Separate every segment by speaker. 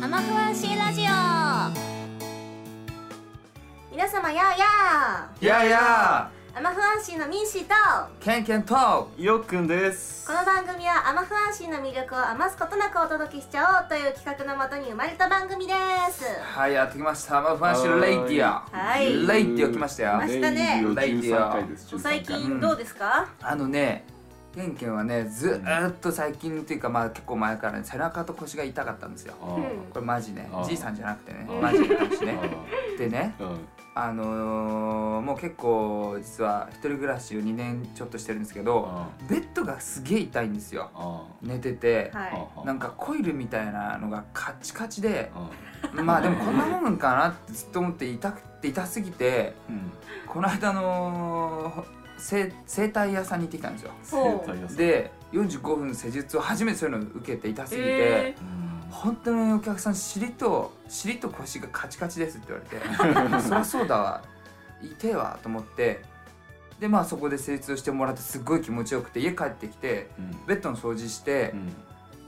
Speaker 1: ふわしラジオ皆様やあやあ
Speaker 2: やや
Speaker 1: アマフアンシーのミンシーと
Speaker 2: ケンケンと
Speaker 3: よっくんです
Speaker 1: この番組はアマフアンシーの魅力を余すことなくお届けしちゃおうという企画のもとに生まれた番組です
Speaker 2: はいやってきましたマファンシュレイディア
Speaker 1: はい
Speaker 2: レイディオ来ましたよ
Speaker 1: 明日ね
Speaker 3: レイディオ13回です13
Speaker 1: 最
Speaker 3: 回
Speaker 1: 近どうですか、
Speaker 2: あのねケンケンはねずーっと最近っていうかまあ結構前からね背中と腰が痛かったんですよ
Speaker 3: あ
Speaker 2: これマジね
Speaker 3: あー
Speaker 2: じいさんじゃなくてね
Speaker 3: あー
Speaker 2: マジの話ね
Speaker 3: ー
Speaker 2: でね
Speaker 3: あーうん
Speaker 2: あのー、もう結構実は一人暮らしを2年ちょっとしてるんですけど
Speaker 3: あ
Speaker 2: ベッドがすげえ痛いんですよ
Speaker 3: あ
Speaker 2: 寝てて
Speaker 1: はい
Speaker 3: ー
Speaker 2: なんかコイルみたいなのがカチカチで
Speaker 3: あ
Speaker 2: まあでもこんなもんかなってずっと思って痛くて痛すぎて
Speaker 3: ーうん
Speaker 2: この間の整整体屋さんに行ってきたんですよ
Speaker 1: そう
Speaker 3: 生体屋さん
Speaker 2: で45分施術を初めてそういうのを受けて痛すぎて、
Speaker 1: え
Speaker 3: うん
Speaker 2: 本当にお客さん尻と尻と腰がカチカチですって言われてそりゃそうだわ痛えわと思ってでまあそこで施術をしてもらってすっごい気持ちよくて家帰ってきて
Speaker 3: うん
Speaker 2: ベッドの掃除して
Speaker 3: うん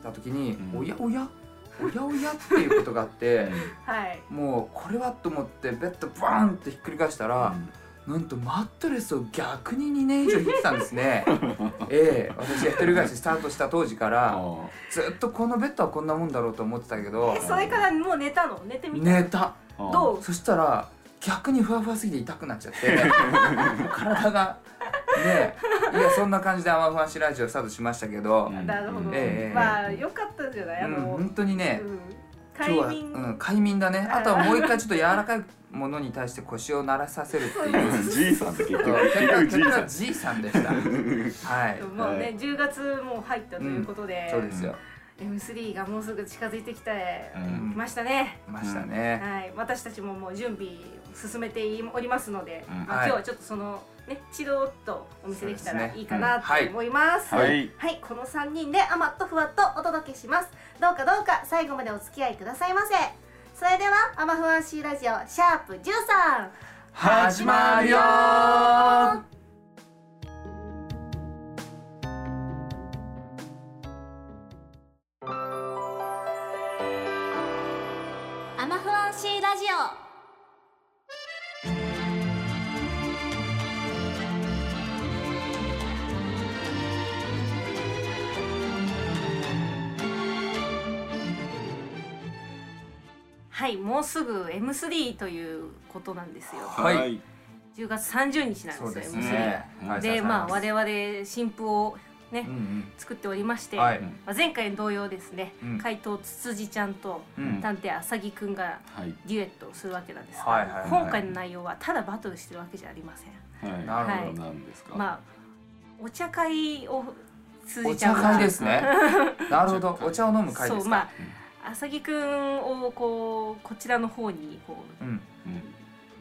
Speaker 2: た時に、
Speaker 3: うん
Speaker 2: おやおやおやおやっていうことがあ っ
Speaker 1: ー、
Speaker 2: て。
Speaker 1: はい
Speaker 2: もうこれはと思ってベッドバーンってひっくり返したら、なんとマットレスを逆に2年以上引いてたんですねええ私が一人暮らしスタートした当時から
Speaker 3: あ
Speaker 2: ずっとこのベッドはこんなもんだろうと思ってたけど
Speaker 1: えそれからもう寝たの寝てみた、
Speaker 2: 寝た
Speaker 3: ー
Speaker 1: どう
Speaker 2: そしたら逆にふわふわすぎて痛くなっちゃって体がねえいやそんな感じで「あまふわしラジオ」スタートしましたけど、
Speaker 3: うん
Speaker 1: なるほど、
Speaker 2: ええ
Speaker 1: まあ良かったんじゃないあ
Speaker 2: うん、
Speaker 1: の、
Speaker 2: 本当にね、
Speaker 1: うん
Speaker 2: 今日
Speaker 1: 快
Speaker 2: は、
Speaker 1: 眠、
Speaker 2: うん、快眠だねあとはもう一回ちょっと柔らかいものに対して腰を鳴らさせるっていう
Speaker 3: うんじいさんって結局
Speaker 2: 結
Speaker 3: 結
Speaker 2: 果
Speaker 3: 局
Speaker 2: 結
Speaker 3: じい
Speaker 2: 果
Speaker 3: さ
Speaker 2: はじいさんでしたはい
Speaker 1: もうね、
Speaker 3: はい
Speaker 1: 10月もう入ったということで、
Speaker 2: そうですよ
Speaker 1: M3 がもうすぐ近づいてきて
Speaker 3: んうん
Speaker 1: ましたね、
Speaker 2: ましたね
Speaker 1: はい、私たちももう準備進めておりますので、
Speaker 3: うん
Speaker 1: まあ
Speaker 2: はい
Speaker 1: 今日はちょっとそのねチロっとお見せできた
Speaker 2: そう
Speaker 1: ら
Speaker 2: ですね
Speaker 1: いいかなと思います、
Speaker 3: うんはい
Speaker 1: はい、この3人であまっとふわっとお届けしますどうかどうか最後までお付き合いくださいませそれでは「アマフアンシーラジオシャープ #13」
Speaker 2: 始まるよ
Speaker 1: アマフアンシーラジオはいもうすぐ M3 ということなんですよ
Speaker 2: はい
Speaker 3: はい
Speaker 1: 10月30日なんですよ
Speaker 2: そうです
Speaker 3: ね
Speaker 1: M3
Speaker 2: ねはい
Speaker 1: でまあ我
Speaker 2: 々
Speaker 1: 々新譜をね、
Speaker 2: うん
Speaker 1: 作っておりまし
Speaker 2: う
Speaker 1: て、
Speaker 2: んは
Speaker 3: う
Speaker 2: い
Speaker 3: ん
Speaker 1: まあ、前回同様ですね、
Speaker 2: うん
Speaker 1: 怪盗つつじちゃんと
Speaker 2: うん
Speaker 1: 探偵あさぎくんが
Speaker 3: はい
Speaker 1: デュエットをするわけなんですが、
Speaker 2: はいはいはい
Speaker 1: 今回の内容はただバトルしてるわけじゃありません
Speaker 3: はい
Speaker 2: な
Speaker 1: るほど
Speaker 3: なんですか
Speaker 1: まあお茶会をつ
Speaker 2: お
Speaker 1: じちゃ
Speaker 2: 茶
Speaker 1: ん
Speaker 2: 会
Speaker 1: が
Speaker 2: です ねなるほどお茶を飲む会で
Speaker 1: そう
Speaker 2: す
Speaker 1: ま
Speaker 2: か
Speaker 1: ああさぎくんをこうこちらの方にこう
Speaker 2: うん
Speaker 3: うん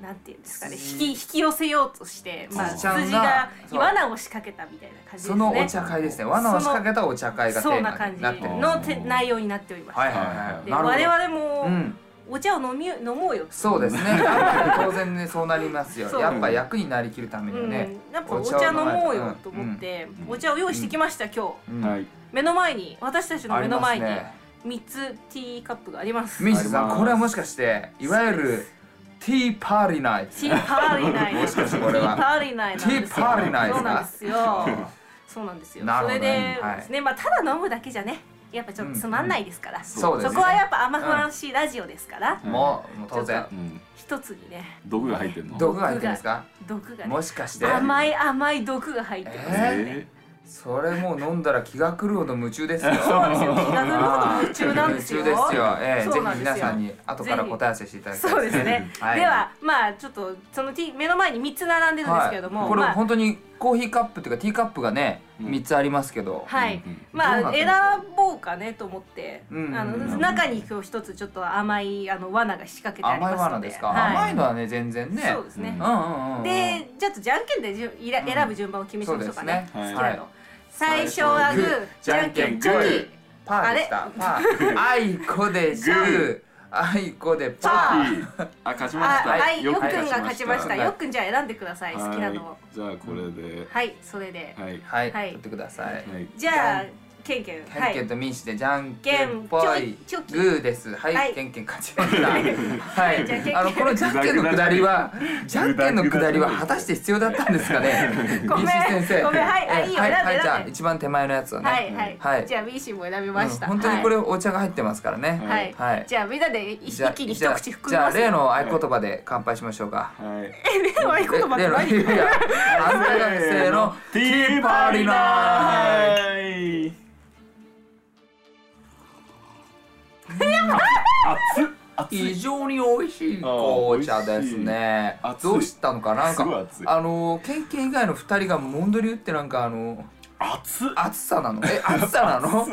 Speaker 1: なんていうんですかね
Speaker 2: つ
Speaker 1: 引き引き寄せようとして、まあ、
Speaker 3: つ
Speaker 1: つ
Speaker 3: じ
Speaker 1: じ
Speaker 3: ちゃ
Speaker 2: んが
Speaker 1: が
Speaker 2: そう
Speaker 1: 罠を仕掛けたみたいな感じですね
Speaker 2: そのお茶会ですね罠を仕掛けたお茶会がテ
Speaker 1: そ
Speaker 2: ー
Speaker 1: うな
Speaker 2: マ
Speaker 1: 感
Speaker 2: に
Speaker 1: じ
Speaker 2: なってる
Speaker 3: ん
Speaker 1: のて内容になっております、
Speaker 2: はいはいはい
Speaker 1: で
Speaker 2: なるほど
Speaker 1: 我々も、
Speaker 2: うん
Speaker 1: お茶を飲み飲もうよ
Speaker 2: そうです ねやっぱり当然ねそうなりますよ
Speaker 1: そう
Speaker 2: やっぱ役になりきるためにはね
Speaker 1: うん、やっぱお
Speaker 2: お茶を
Speaker 1: 茶
Speaker 2: 飲
Speaker 1: 飲
Speaker 2: まないと
Speaker 1: もうよと思って、
Speaker 3: うんうん
Speaker 1: お茶を用意してきました、今日
Speaker 2: うん
Speaker 3: はい
Speaker 1: 目の前に私たちの
Speaker 2: あ
Speaker 1: 目
Speaker 2: り
Speaker 1: の
Speaker 2: ま
Speaker 1: 前
Speaker 2: す
Speaker 1: に
Speaker 2: ね
Speaker 1: 3つティーカップがあります
Speaker 2: ミシさ
Speaker 3: ありま
Speaker 2: ん
Speaker 3: す
Speaker 2: これはもしかしていわゆるティーパーリーナイト
Speaker 1: ティーパーリーナイです
Speaker 2: もしかしてこれ
Speaker 1: テ
Speaker 2: は
Speaker 1: ィーパーリーナイなんですよ
Speaker 2: ティーパーリーナイですか
Speaker 1: そうなんです よそうなんですよ
Speaker 2: なる
Speaker 1: そ
Speaker 2: ほど
Speaker 1: れで
Speaker 2: ねはい
Speaker 1: ですね、まあただ飲むだけじゃねやっぱちょっとつまんないですから、そ
Speaker 2: そうですね
Speaker 1: こはやっぱアマフランシーラジオですから、
Speaker 3: うん
Speaker 2: もうもう当然
Speaker 3: うん
Speaker 1: 一つにね
Speaker 3: 毒が入ってんの
Speaker 2: 毒が入ってるんですか
Speaker 1: 毒がね
Speaker 2: もしかして
Speaker 1: 甘い甘い毒が入ってますね、
Speaker 3: え
Speaker 2: それもう飲んだら気が狂うほど夢中ですよ
Speaker 1: そうですよ。気が乗るほど夢中なんですよ。
Speaker 2: 夢中ですよ、ええ
Speaker 1: そうなんですよ
Speaker 2: ぜひ皆さんに後から答え合わせしていただきたい
Speaker 1: そうですね。
Speaker 2: はい
Speaker 1: ではまあちょっとそのティー目の前に三つ並んでるんですけれども、
Speaker 2: はい、これ
Speaker 1: まあ
Speaker 2: 本当にコーヒーカップっていうかティーカップがね
Speaker 3: うん
Speaker 2: 三つありますけど、
Speaker 1: はい
Speaker 3: うん。
Speaker 1: ま
Speaker 2: ど
Speaker 1: あ
Speaker 2: うなってる
Speaker 1: 選
Speaker 2: んですか
Speaker 1: ぼうかねと思って、あ
Speaker 2: うんうんうん
Speaker 1: の中に今日一つちょっと甘いあの罠が仕掛けてありま
Speaker 2: 甘
Speaker 1: す
Speaker 2: い
Speaker 1: ので、
Speaker 2: 罠ですか、
Speaker 1: はい、
Speaker 2: 甘いのはね全然ね
Speaker 1: そうですね
Speaker 2: う。んうんうんうん
Speaker 1: でちょっとじゃんけんでじゅいら
Speaker 2: うん
Speaker 1: 選ぶ順番を決めちゃいましょうかね。
Speaker 2: そうですね
Speaker 1: 好きなの。最初はグー、じゃんけんチョキ。
Speaker 2: パーでしたパーあいこでグーあいこでパー
Speaker 1: パー
Speaker 3: あ勝ちまし
Speaker 1: あ、
Speaker 3: た
Speaker 1: はい、よっくんが勝ちまし
Speaker 2: は
Speaker 1: た。
Speaker 2: い
Speaker 1: よっくんじゃあ選んでください。好きなのを
Speaker 3: は。いじゃあこれで
Speaker 1: はい、それで。
Speaker 3: はい
Speaker 2: はい、
Speaker 1: はい
Speaker 2: 取ってください、
Speaker 3: はい
Speaker 1: じゃあケンケン
Speaker 2: ケンケンと民主でじゃんけんぽい
Speaker 1: チョキ
Speaker 2: グーですはい、
Speaker 1: はい
Speaker 2: ケンケン勝ちま したは
Speaker 1: じゃあケンケ
Speaker 2: い
Speaker 1: ン
Speaker 2: あのこのじゃんけんのくだり はじゃんけんのくだりは果たして必要だったんですかね
Speaker 1: ごめん
Speaker 2: 民主先生
Speaker 1: ごめんはいあ
Speaker 2: え
Speaker 1: いいよ
Speaker 2: はい
Speaker 1: 選んで
Speaker 2: はいじゃ
Speaker 1: 選
Speaker 2: あ
Speaker 1: んで
Speaker 2: 一番手前のやつをね、
Speaker 1: はいはい、
Speaker 2: はい
Speaker 1: じゃあミーシーも選びました、
Speaker 2: うん本当にこれお茶が入ってますからね、
Speaker 1: はい、はい
Speaker 2: はい
Speaker 1: じゃあみんなで一
Speaker 2: じゃあ
Speaker 1: 気に一口含
Speaker 2: じ
Speaker 1: み
Speaker 2: ゃ
Speaker 1: ま
Speaker 2: あ
Speaker 1: す
Speaker 2: 例の合言葉で乾杯しましょうか
Speaker 3: はい。
Speaker 1: 例の合言葉って何
Speaker 2: いやあんたがせーのティーパーリナイ
Speaker 3: い。熱っ熱
Speaker 2: 非
Speaker 3: い。
Speaker 2: 常に美味しい
Speaker 3: あー
Speaker 2: 紅茶ですね
Speaker 3: 美味しい
Speaker 2: どうしたのかななん
Speaker 3: すごい
Speaker 2: か
Speaker 3: 熱い
Speaker 2: あのーケンケン以外の二人がモンドリュってなんかあの
Speaker 3: 熱っ。
Speaker 2: 暑さなのえ暑さ なの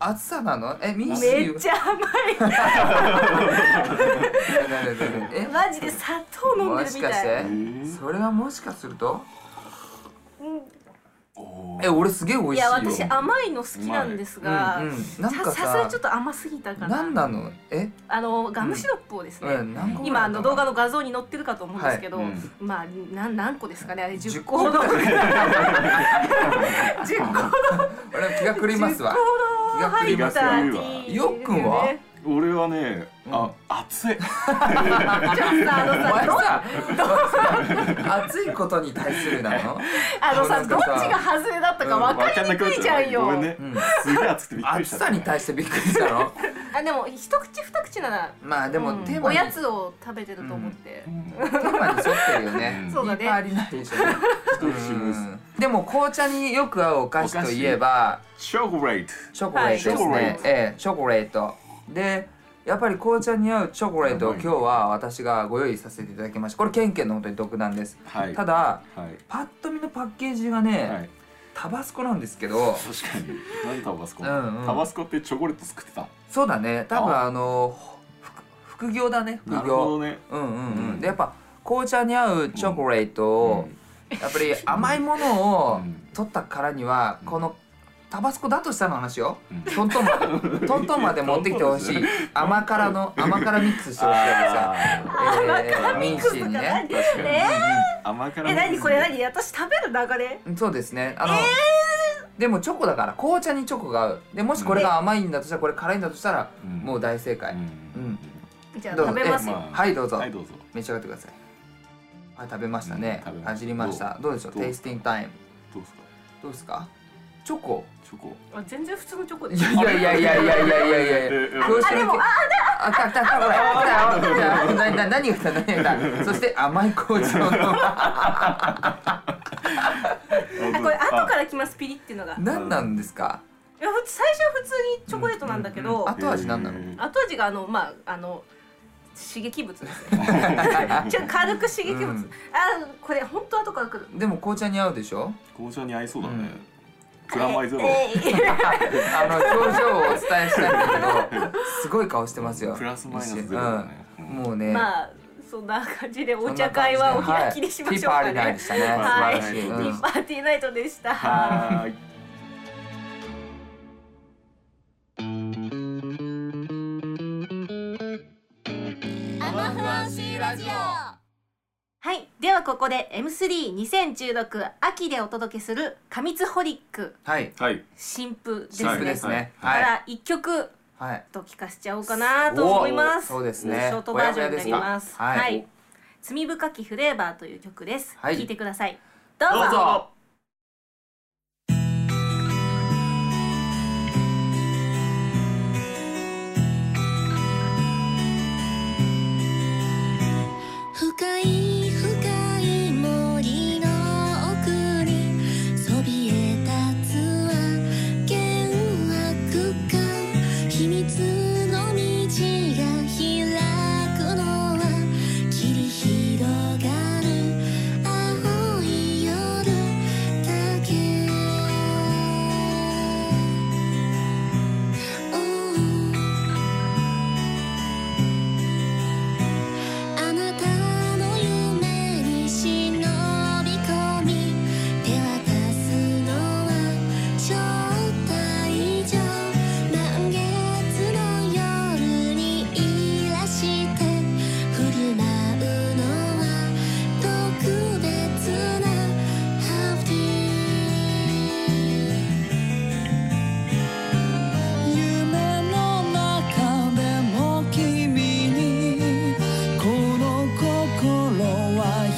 Speaker 2: 暑さなのえミンシ
Speaker 1: め
Speaker 2: ー
Speaker 1: っちゃ甘い
Speaker 2: え
Speaker 1: マジで砂糖飲んで
Speaker 2: も
Speaker 1: る
Speaker 2: し
Speaker 1: み
Speaker 2: かしたて
Speaker 1: い
Speaker 2: それはもしかすると
Speaker 3: おー
Speaker 2: え俺すげえ美味しい
Speaker 1: い
Speaker 2: よ
Speaker 1: や私甘いの好きなんですが、
Speaker 2: うんうんなんか
Speaker 1: ささ
Speaker 2: さ
Speaker 1: すがにちょっと甘すぎたかな
Speaker 2: 何なのえ
Speaker 1: あのガムシロップをですね、
Speaker 2: うん何個ぐらい
Speaker 1: 今あ
Speaker 2: だ
Speaker 1: の
Speaker 2: った
Speaker 1: 動画の画像に載ってるかと思うんですけど、
Speaker 3: はいうん
Speaker 1: まあなん何個ですかねあれ10
Speaker 2: 10
Speaker 1: 個ほど10個ほど
Speaker 2: 俺は気が狂いますわ
Speaker 1: 入ったティー
Speaker 2: よっくんは
Speaker 1: ね
Speaker 3: 俺はね、あ、熱い。
Speaker 1: ちょっとさあの
Speaker 2: お
Speaker 1: さ
Speaker 2: 前さ熱いことに対するなの
Speaker 1: あの
Speaker 2: な
Speaker 1: さ
Speaker 2: ん
Speaker 1: ど
Speaker 2: か
Speaker 1: っ
Speaker 2: さ
Speaker 1: ちが外れだったか分かりにくいじゃんよ、
Speaker 3: ごめんね
Speaker 2: うん。
Speaker 3: すげえ熱くてびっくりし
Speaker 2: 暑
Speaker 3: た。
Speaker 2: さに対してびっくりしたの
Speaker 1: あでも一口二口なら
Speaker 2: まあでもテー
Speaker 1: うんお
Speaker 2: マに、
Speaker 1: やつを食べてると思って、
Speaker 2: テーマに沿ってるよね
Speaker 3: うん
Speaker 1: そうだね
Speaker 2: いっぱいありないでしょう
Speaker 3: 一口ムース
Speaker 2: んでも紅茶によく合うお菓子といえば
Speaker 3: チョコレート。
Speaker 2: チョコレートですね、
Speaker 3: はいチョコレート
Speaker 2: ええチョコレートでやっぱり紅茶に合うチョコレートを今日は私がご用意させていただきましたこれケンケンの本当に独断です、
Speaker 3: はい。
Speaker 2: た
Speaker 3: は
Speaker 2: だ
Speaker 3: い。
Speaker 2: パッと見のパッケージがね、
Speaker 3: はい。
Speaker 2: タバスコなんですけど
Speaker 3: 確かに。何タバスコ？
Speaker 2: うんうん
Speaker 3: タバスコってチョコレート作ってた。
Speaker 2: そうだね多分
Speaker 3: あ
Speaker 2: あのほ副副業だね
Speaker 3: な
Speaker 2: 副
Speaker 3: るほど
Speaker 2: 業
Speaker 3: ね。
Speaker 2: うんうんう
Speaker 3: うん
Speaker 2: んでやっぱ紅茶に合うチョコレートを、やっぱり甘いものを
Speaker 3: うん
Speaker 2: 取ったからには、
Speaker 3: うん
Speaker 2: このタバスコだとしたの話よ、
Speaker 3: うん
Speaker 2: トントンまでトントン まで持ってきてほしい甘辛の甘辛ミックスしてほしい からさ、
Speaker 3: あ
Speaker 2: えー、ミ
Speaker 1: ミ
Speaker 2: ン
Speaker 1: ック
Speaker 2: シー
Speaker 1: スと
Speaker 2: に
Speaker 1: か
Speaker 2: ね
Speaker 1: 何、
Speaker 3: ー確かに。
Speaker 1: え
Speaker 3: 甘辛。
Speaker 1: え何これ？何私食べる流れ
Speaker 2: うんそうですねあの、でもチョコだから紅茶にチョコが合うでもしこれが甘いんだとしたらこれ辛いんだとしたら、
Speaker 3: うん
Speaker 2: もう大正解、
Speaker 3: うん。
Speaker 1: じゃあ
Speaker 2: どうぞ
Speaker 1: 食べます
Speaker 3: え
Speaker 1: よ
Speaker 3: まあ
Speaker 2: はいどうぞ、
Speaker 3: はいどうぞ。
Speaker 2: 召し上がってくださいはい食べましたね
Speaker 3: うん食べました
Speaker 2: 味りましたどうでしょう
Speaker 3: どう
Speaker 2: テイスティングタイム
Speaker 3: どうですか？
Speaker 2: どうですかチョコ
Speaker 3: チョコ。
Speaker 1: あ全然普通のチョコで
Speaker 2: い
Speaker 1: す
Speaker 2: やいやいやいやいやいやいやいや
Speaker 3: ええ
Speaker 2: どうし
Speaker 1: あ
Speaker 2: て
Speaker 1: でもあ
Speaker 2: あ来た来た来たほら来たよ来たよなな何が来た何が来たそして甘い紅茶の
Speaker 1: あこれ後から来ますピリっていうのがい
Speaker 2: 何なんですか
Speaker 1: やふつ最初は普通にチョコレートなんだけど、
Speaker 2: うん後味何なの
Speaker 3: へ
Speaker 1: 後味があのまああの刺激物です ねちょっと軽く刺激物、
Speaker 2: うん
Speaker 1: あこれ本当後から来る
Speaker 2: でも紅茶に合うでしょ
Speaker 3: 紅茶に合いそうだ
Speaker 2: う
Speaker 3: ね
Speaker 2: ん。
Speaker 3: プラマイゼロ。
Speaker 1: ええええ
Speaker 2: あの表情をお伝えしたいんだけどすごい顔してますよ
Speaker 3: プラスマイナスゼロだね。
Speaker 2: うん
Speaker 3: う
Speaker 2: もうね
Speaker 1: まあそんな感じでお茶会はお開きにしましょうか
Speaker 2: そんな感
Speaker 1: ね
Speaker 2: じで
Speaker 1: は
Speaker 2: はいいティーパーリナイトでしたね素晴らしい、
Speaker 1: ティーパーティーナイトでした
Speaker 2: うん
Speaker 3: はーい。
Speaker 1: はいではここで M32016 秋でお届けする「過密ホリック
Speaker 2: はい
Speaker 3: はい。
Speaker 1: 新譜」です
Speaker 2: チー
Speaker 1: ね
Speaker 2: プですね
Speaker 1: か
Speaker 2: はい
Speaker 1: ら一曲
Speaker 2: はい
Speaker 1: と聞かせちゃおうかなと思います
Speaker 2: そうですね
Speaker 1: ショートバージョンになります
Speaker 2: おやおやで
Speaker 1: は
Speaker 2: すかはい
Speaker 1: い「罪深きフレーバー」という曲です
Speaker 2: はい
Speaker 1: 聞いてくださいどう
Speaker 2: どう
Speaker 1: ぞ
Speaker 2: ぞ
Speaker 4: 深い深い森の奥にそびえ立つは険悪感秘密の道が開くのは切り広がる青い夜だけ Oh あなたの夢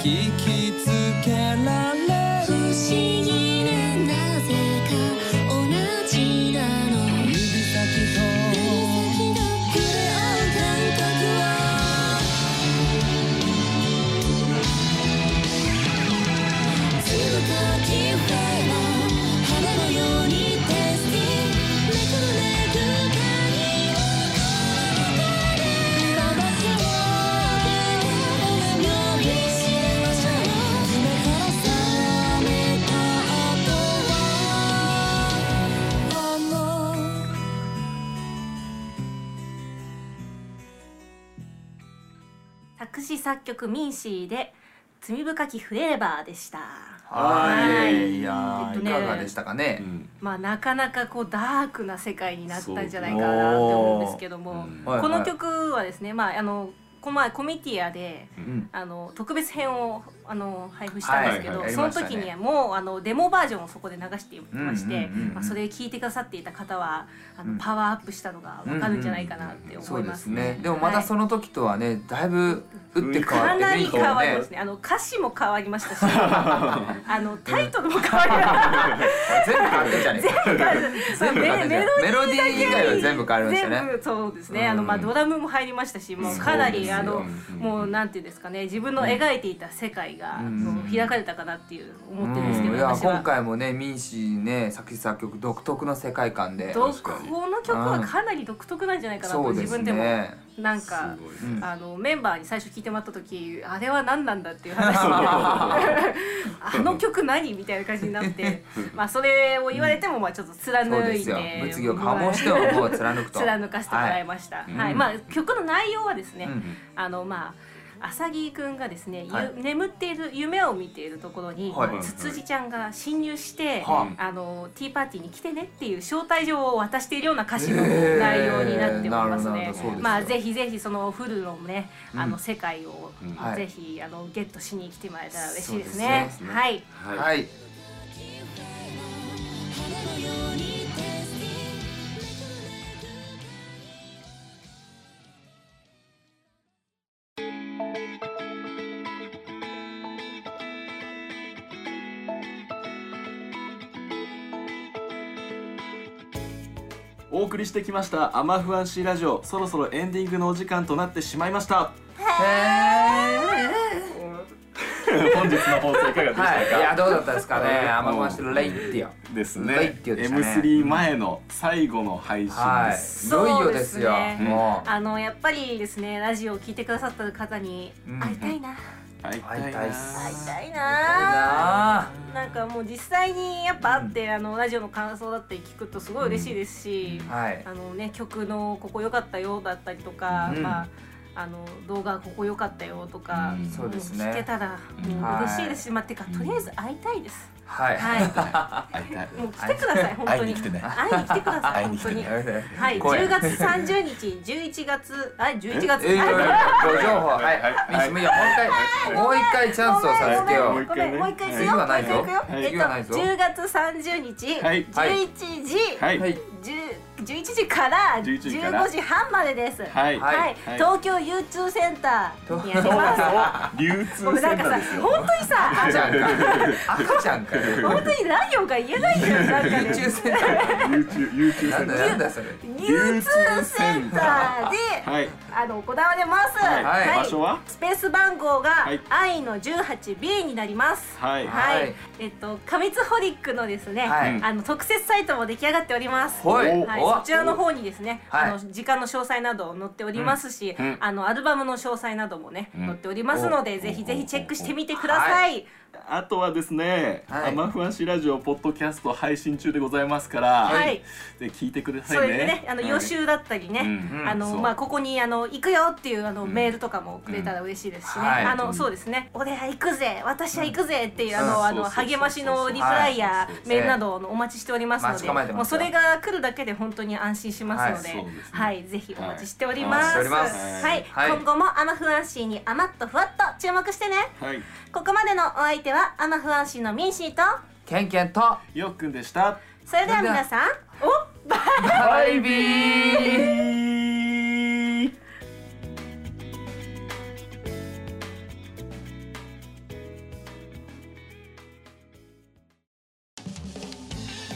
Speaker 5: 引きつけられ
Speaker 4: 不思議ねなぜか同じなの
Speaker 5: 指先と
Speaker 4: 指先のクレヨン感覚をつぶかきフェラ花のようにテスティめくるめく髪をこえてまばたを伸びしましょう夢から覚めた後はあの
Speaker 1: 作詞作曲ミンシーで罪深きフレーバーでした
Speaker 2: は。
Speaker 1: はい
Speaker 2: い
Speaker 1: えっ
Speaker 2: やー、
Speaker 1: と
Speaker 2: い
Speaker 1: ね
Speaker 2: かがでしたか
Speaker 3: う
Speaker 2: ね。
Speaker 3: ん
Speaker 1: まあなかなかこうダークな世界になったんじゃないかなって思うんですけど
Speaker 3: う
Speaker 1: も、
Speaker 3: ん
Speaker 2: はい
Speaker 1: この曲はですねまああのこの前コミティアで
Speaker 2: うん。
Speaker 1: あの特別編をあの配布したんですけど、
Speaker 2: はいはい
Speaker 1: その時にはもうあのデモバージョンをそこで流してまして
Speaker 2: うんうんうんうん
Speaker 1: まあそれを聞いてくださっていた方はあ
Speaker 2: う
Speaker 1: の
Speaker 2: ん
Speaker 1: パワーアップしたのがわかるんじゃないかなって
Speaker 2: そ
Speaker 1: 思いう
Speaker 2: で
Speaker 1: ますすね。
Speaker 2: ね。でもま
Speaker 1: は
Speaker 2: た
Speaker 1: い
Speaker 2: その時とはね、だいぶ打って変わ
Speaker 1: か
Speaker 2: って
Speaker 1: な
Speaker 2: 雰
Speaker 1: り
Speaker 2: 囲気
Speaker 1: 変
Speaker 2: も
Speaker 1: わりま
Speaker 2: ね
Speaker 1: す。ね。あの歌詞も変わりましたし、 あのタイトルも変わりま
Speaker 2: 全部変わってんじゃねえか。
Speaker 1: した。そう
Speaker 2: 変わってんじゃねえメロディー以外は全部変わりましたね
Speaker 1: 全。部そうですね。あの
Speaker 2: うん
Speaker 1: まあドラムも入りましたし、もうかなりあのもうなんていうんですかね、自分の描いていた世界が
Speaker 2: うん
Speaker 1: もう開かれたかなっていう思ってるんですけ
Speaker 2: う
Speaker 1: ど、
Speaker 2: んいや
Speaker 1: 私は
Speaker 2: 今。回もねミンシーね作詞作曲独特の世界観で
Speaker 1: どこ
Speaker 3: 確かに
Speaker 1: の曲はかなり独特なんじゃないかなと
Speaker 2: そうで
Speaker 1: 自
Speaker 2: す
Speaker 1: 分でも
Speaker 2: ね
Speaker 1: なんか
Speaker 3: すごい
Speaker 2: うん
Speaker 1: あのメンバーに最初聞いてもらった時あれは何なんだっていう話に なってあの曲何みたいな感じになってまあそれを言われてもまあちょっと
Speaker 2: そう
Speaker 1: 貫
Speaker 2: で
Speaker 1: い
Speaker 2: す
Speaker 1: て
Speaker 2: よ物議を醸してももう貫くと
Speaker 1: 貫かせてもらいました、はい
Speaker 3: うん
Speaker 1: まあ、曲の内容はですね、
Speaker 2: うん
Speaker 1: あのまあ浅木くんがですね、ゆ
Speaker 2: はい
Speaker 1: 眠っている夢を見ているところに、
Speaker 2: はい
Speaker 1: つつじちゃんが侵入して、
Speaker 2: は
Speaker 1: あのティーパーティーに来てねっていう招待状を渡しているような歌詞の
Speaker 2: へー
Speaker 1: 内容になっております
Speaker 2: なるほどなる
Speaker 1: ね
Speaker 2: ほどそうです。よ
Speaker 1: まあぜひぜひそのフルのね、あ
Speaker 2: うん
Speaker 1: の世界を、
Speaker 3: うん
Speaker 2: はい
Speaker 1: ぜひあのゲットしに来てもらえたら嬉しいです
Speaker 2: そう
Speaker 1: ね。
Speaker 2: です
Speaker 3: ね
Speaker 1: はい。
Speaker 2: い
Speaker 3: はい
Speaker 2: はい
Speaker 6: お送りしてきましたアマフアンシーラジオそろそろエンディングのお時間となってしまいました
Speaker 3: 本日の放送いかがでした
Speaker 2: はいいや
Speaker 3: か
Speaker 2: どうだったですかねアマファンシルレイディオ
Speaker 3: です
Speaker 2: はいっ
Speaker 3: ね
Speaker 2: ていうでしたね
Speaker 3: M3 前の最後の配信
Speaker 2: は
Speaker 3: で
Speaker 2: い
Speaker 3: す
Speaker 2: いよいよですよ
Speaker 1: そうですね
Speaker 2: もう
Speaker 1: あのやっぱりですねラジオを聞いてくださった方に
Speaker 2: うん
Speaker 1: 会いたいな、
Speaker 3: 会いたいな
Speaker 2: 会いたいっす
Speaker 1: 会いたいな。
Speaker 2: なあ
Speaker 1: なんかもう実際にやっぱ会って、あのラジオの感想だったり聞くとすごい嬉しいですし、
Speaker 2: はい
Speaker 1: あのね曲のここ良かったよだったりとか、
Speaker 2: うん
Speaker 1: まああの動画ここ良かったよとか、
Speaker 3: うん
Speaker 2: そうですね
Speaker 1: も聞けたらもう嬉しいですし、まあてかとりあえず会いたいです。
Speaker 2: はい
Speaker 1: は
Speaker 3: 会いたい
Speaker 1: い、もう来てください本当に。
Speaker 6: 会いに来てね
Speaker 1: 会いに来てください
Speaker 6: 会い
Speaker 1: 本
Speaker 6: に来
Speaker 1: 当
Speaker 6: て
Speaker 1: に。
Speaker 6: ね
Speaker 1: はい、
Speaker 2: 声
Speaker 1: 10月30日、11月、あ、11月、
Speaker 2: えい
Speaker 1: あ
Speaker 2: やいやいやご情報はいミンシーもういいよもう一回もう一回チャンスを授けよ
Speaker 1: ご
Speaker 2: う
Speaker 1: めんごめんもう一回行くよ。
Speaker 2: は
Speaker 1: も
Speaker 2: い
Speaker 1: う一回行くよ。
Speaker 3: はい
Speaker 1: えっ
Speaker 2: 次はない
Speaker 1: と、
Speaker 2: ぞ
Speaker 1: 10月30日、
Speaker 3: はい
Speaker 1: 11時、
Speaker 3: はい
Speaker 2: はい
Speaker 1: 10 11時から
Speaker 3: 11時から
Speaker 1: 15時半までです。はい。
Speaker 3: はい
Speaker 2: はい
Speaker 1: 東京流通センターにありま
Speaker 3: 流通
Speaker 1: す。もう
Speaker 3: センタ
Speaker 1: なんかさ
Speaker 3: ーです、よ
Speaker 1: 本当にさ、あ
Speaker 2: 赤ちゃん
Speaker 1: の
Speaker 2: か赤ちゃん かよ
Speaker 1: 本当にラ行が言えないんだよ。なんか
Speaker 2: 宇宙
Speaker 1: ね。
Speaker 2: センター
Speaker 3: 流通流通セ
Speaker 2: なん
Speaker 3: ン
Speaker 2: だ
Speaker 3: ター
Speaker 2: なんだそれ
Speaker 1: 流通センターで、
Speaker 3: はい
Speaker 1: あの行われます。
Speaker 3: はい
Speaker 2: はい
Speaker 3: 場所は
Speaker 1: スペース番号が
Speaker 3: はい
Speaker 1: 愛の 18B になります。
Speaker 3: はい
Speaker 1: はい、
Speaker 2: はい
Speaker 1: えっと、過密ホリックのですね、
Speaker 2: はい
Speaker 1: あの特設サイトも出来上がっております。
Speaker 2: ほい
Speaker 1: はい、
Speaker 2: お
Speaker 1: そちらの方にですね、
Speaker 2: はい
Speaker 1: あの時間の詳細など載っておりますし、
Speaker 3: んうん
Speaker 1: あのアルバムの詳細などもね、
Speaker 3: ん
Speaker 1: 載っておりますので、
Speaker 3: お
Speaker 1: ぜひぜひチェックしてみてください。
Speaker 3: あとはですね、
Speaker 2: はい
Speaker 3: アマフアシラジオポッドキャスト配信中でございますから、
Speaker 1: はい
Speaker 3: で聞いてくださ
Speaker 1: そ
Speaker 3: いね。
Speaker 1: れでね、あの
Speaker 3: はい
Speaker 1: 予習だったりね、
Speaker 3: うん
Speaker 2: うん
Speaker 1: あの
Speaker 3: そう
Speaker 1: まあここにあの行くよっていうあのメールとかもくれたら嬉しいですしね、
Speaker 2: うんはい
Speaker 1: あのそうですね、俺は行くぜ、私は行くぜっていうあ
Speaker 2: う
Speaker 1: の
Speaker 3: ん
Speaker 1: あの
Speaker 3: そうそうそうそう
Speaker 1: 励ましのリプライや
Speaker 3: はい
Speaker 1: メールなどのお待ちしておりますの
Speaker 2: 待ち
Speaker 1: で、
Speaker 2: 構えて
Speaker 1: も
Speaker 2: ま
Speaker 1: う
Speaker 2: すよ
Speaker 1: それが来るだけで本当に安心しますので
Speaker 3: はいそうです、ね
Speaker 1: はい、ぜひお待ちしております。
Speaker 2: はいお待ちしており
Speaker 3: ます
Speaker 1: はい、
Speaker 2: はい
Speaker 1: 今後もアマフアンシーに甘っとふわっと注目してね。
Speaker 3: はい、
Speaker 1: ここまでのお相手はアマフアンシーのミンシーと、
Speaker 2: ケンケンと
Speaker 3: よっくんでした。
Speaker 1: それでは皆さん、おバイ
Speaker 2: バイビー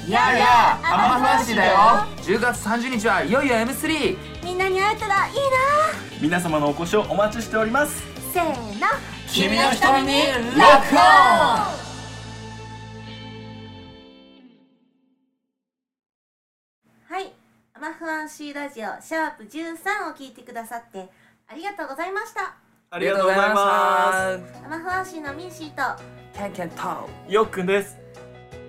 Speaker 2: いやいやアマフランシだよ10月30日はいよいよ M3
Speaker 1: みんなに会えたらいいな
Speaker 3: 皆様のお越しをお待ちしております
Speaker 1: せーの
Speaker 2: 君の瞳にロックオン
Speaker 1: はい、アマフアンシーラジオシャープ13を聞いてくださってありがとうございました
Speaker 3: あ
Speaker 2: あ
Speaker 3: りがとうございます
Speaker 1: アマフアンシーのミンシーとは
Speaker 2: ケンケンタオ
Speaker 3: よっくんです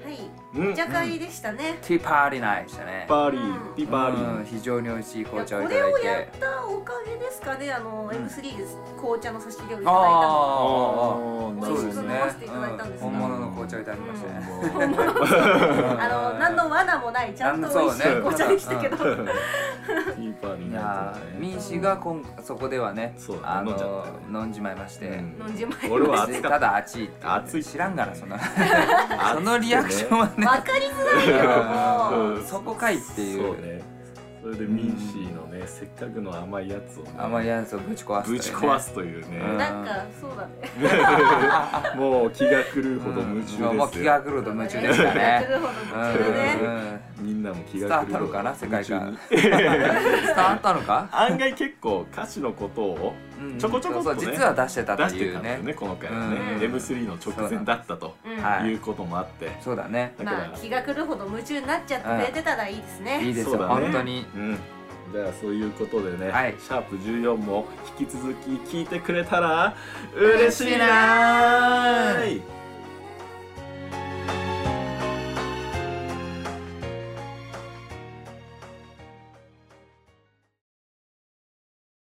Speaker 1: い、
Speaker 3: うん
Speaker 1: お茶会でしたね、
Speaker 2: ティーパーリーナイトでしたね
Speaker 3: パーリーピパー
Speaker 2: う
Speaker 3: リ
Speaker 2: ん非常に美味しい
Speaker 7: いや
Speaker 2: 紅
Speaker 7: こ
Speaker 2: 茶をいた
Speaker 1: これ
Speaker 2: だい
Speaker 1: をやってたおかげですかねあの、M3 です紅茶の差し入れをいただいたの
Speaker 2: あ
Speaker 3: ー
Speaker 2: あ
Speaker 1: 美
Speaker 2: そ
Speaker 1: 味
Speaker 2: う
Speaker 1: し
Speaker 2: で
Speaker 1: く
Speaker 2: す
Speaker 1: 飲
Speaker 2: ね
Speaker 1: ませていただいたんです
Speaker 2: う
Speaker 1: よ
Speaker 2: ん本物の紅茶をいただきましたね
Speaker 1: あ の何の罠もないちゃんと美味しい
Speaker 2: そうね
Speaker 1: 紅茶でしたけど、
Speaker 3: ピーパーリ
Speaker 2: い
Speaker 3: ー
Speaker 2: やーミンシがこんそこではね
Speaker 3: そう
Speaker 2: あ
Speaker 3: 飲んじゃ
Speaker 2: の
Speaker 3: ったね
Speaker 2: 飲んじまいまして、
Speaker 7: 飲んじまい
Speaker 3: 俺は
Speaker 2: 別に
Speaker 3: 熱か
Speaker 2: た
Speaker 3: った
Speaker 2: だ熱いっていう
Speaker 3: 熱い
Speaker 2: 知らんがなそんなそのリアクション はね
Speaker 1: わかりづらいよもう
Speaker 3: うん
Speaker 2: そこかいってい
Speaker 3: そううねそれでミンシーのねせっかくの甘いやつをね
Speaker 2: 甘いやつをぶち壊すというね
Speaker 3: ぶち壊すというね
Speaker 2: うん
Speaker 1: なんかそうだね
Speaker 3: もう気が狂うほど夢
Speaker 2: うんもう気
Speaker 3: 中ですよ
Speaker 2: が狂うと夢中でした ね
Speaker 1: なるほ
Speaker 2: う
Speaker 1: ど
Speaker 2: ん
Speaker 1: 夢中だね
Speaker 2: うん
Speaker 3: みんなも気
Speaker 2: 伝
Speaker 3: が
Speaker 2: わ
Speaker 3: 狂
Speaker 2: っ
Speaker 3: う
Speaker 2: たのかな世界
Speaker 3: 夢
Speaker 2: 観
Speaker 3: 中に
Speaker 2: 伝わったのか
Speaker 3: 案外結構歌詞のことを
Speaker 2: うん
Speaker 3: ちょこちょこっ
Speaker 2: そう
Speaker 3: とね
Speaker 2: そう実は出してた
Speaker 3: 出
Speaker 2: って
Speaker 3: して
Speaker 2: い
Speaker 3: た
Speaker 2: うん
Speaker 3: だよ
Speaker 2: ね
Speaker 3: ねこの回ね
Speaker 2: うん
Speaker 3: M3 の直前だったと
Speaker 1: うん
Speaker 2: はい
Speaker 3: いうこともあって
Speaker 2: そうだね
Speaker 3: だか
Speaker 1: ま
Speaker 3: ら
Speaker 1: あ気が狂うほど夢中になっちゃって出てたらいいですね、
Speaker 2: いいですよ
Speaker 3: そうだね
Speaker 2: 本当に
Speaker 3: うんじゃあそういうことでね
Speaker 2: はい
Speaker 3: シャープ14も引き続き聞いてくれたら嬉しいなーい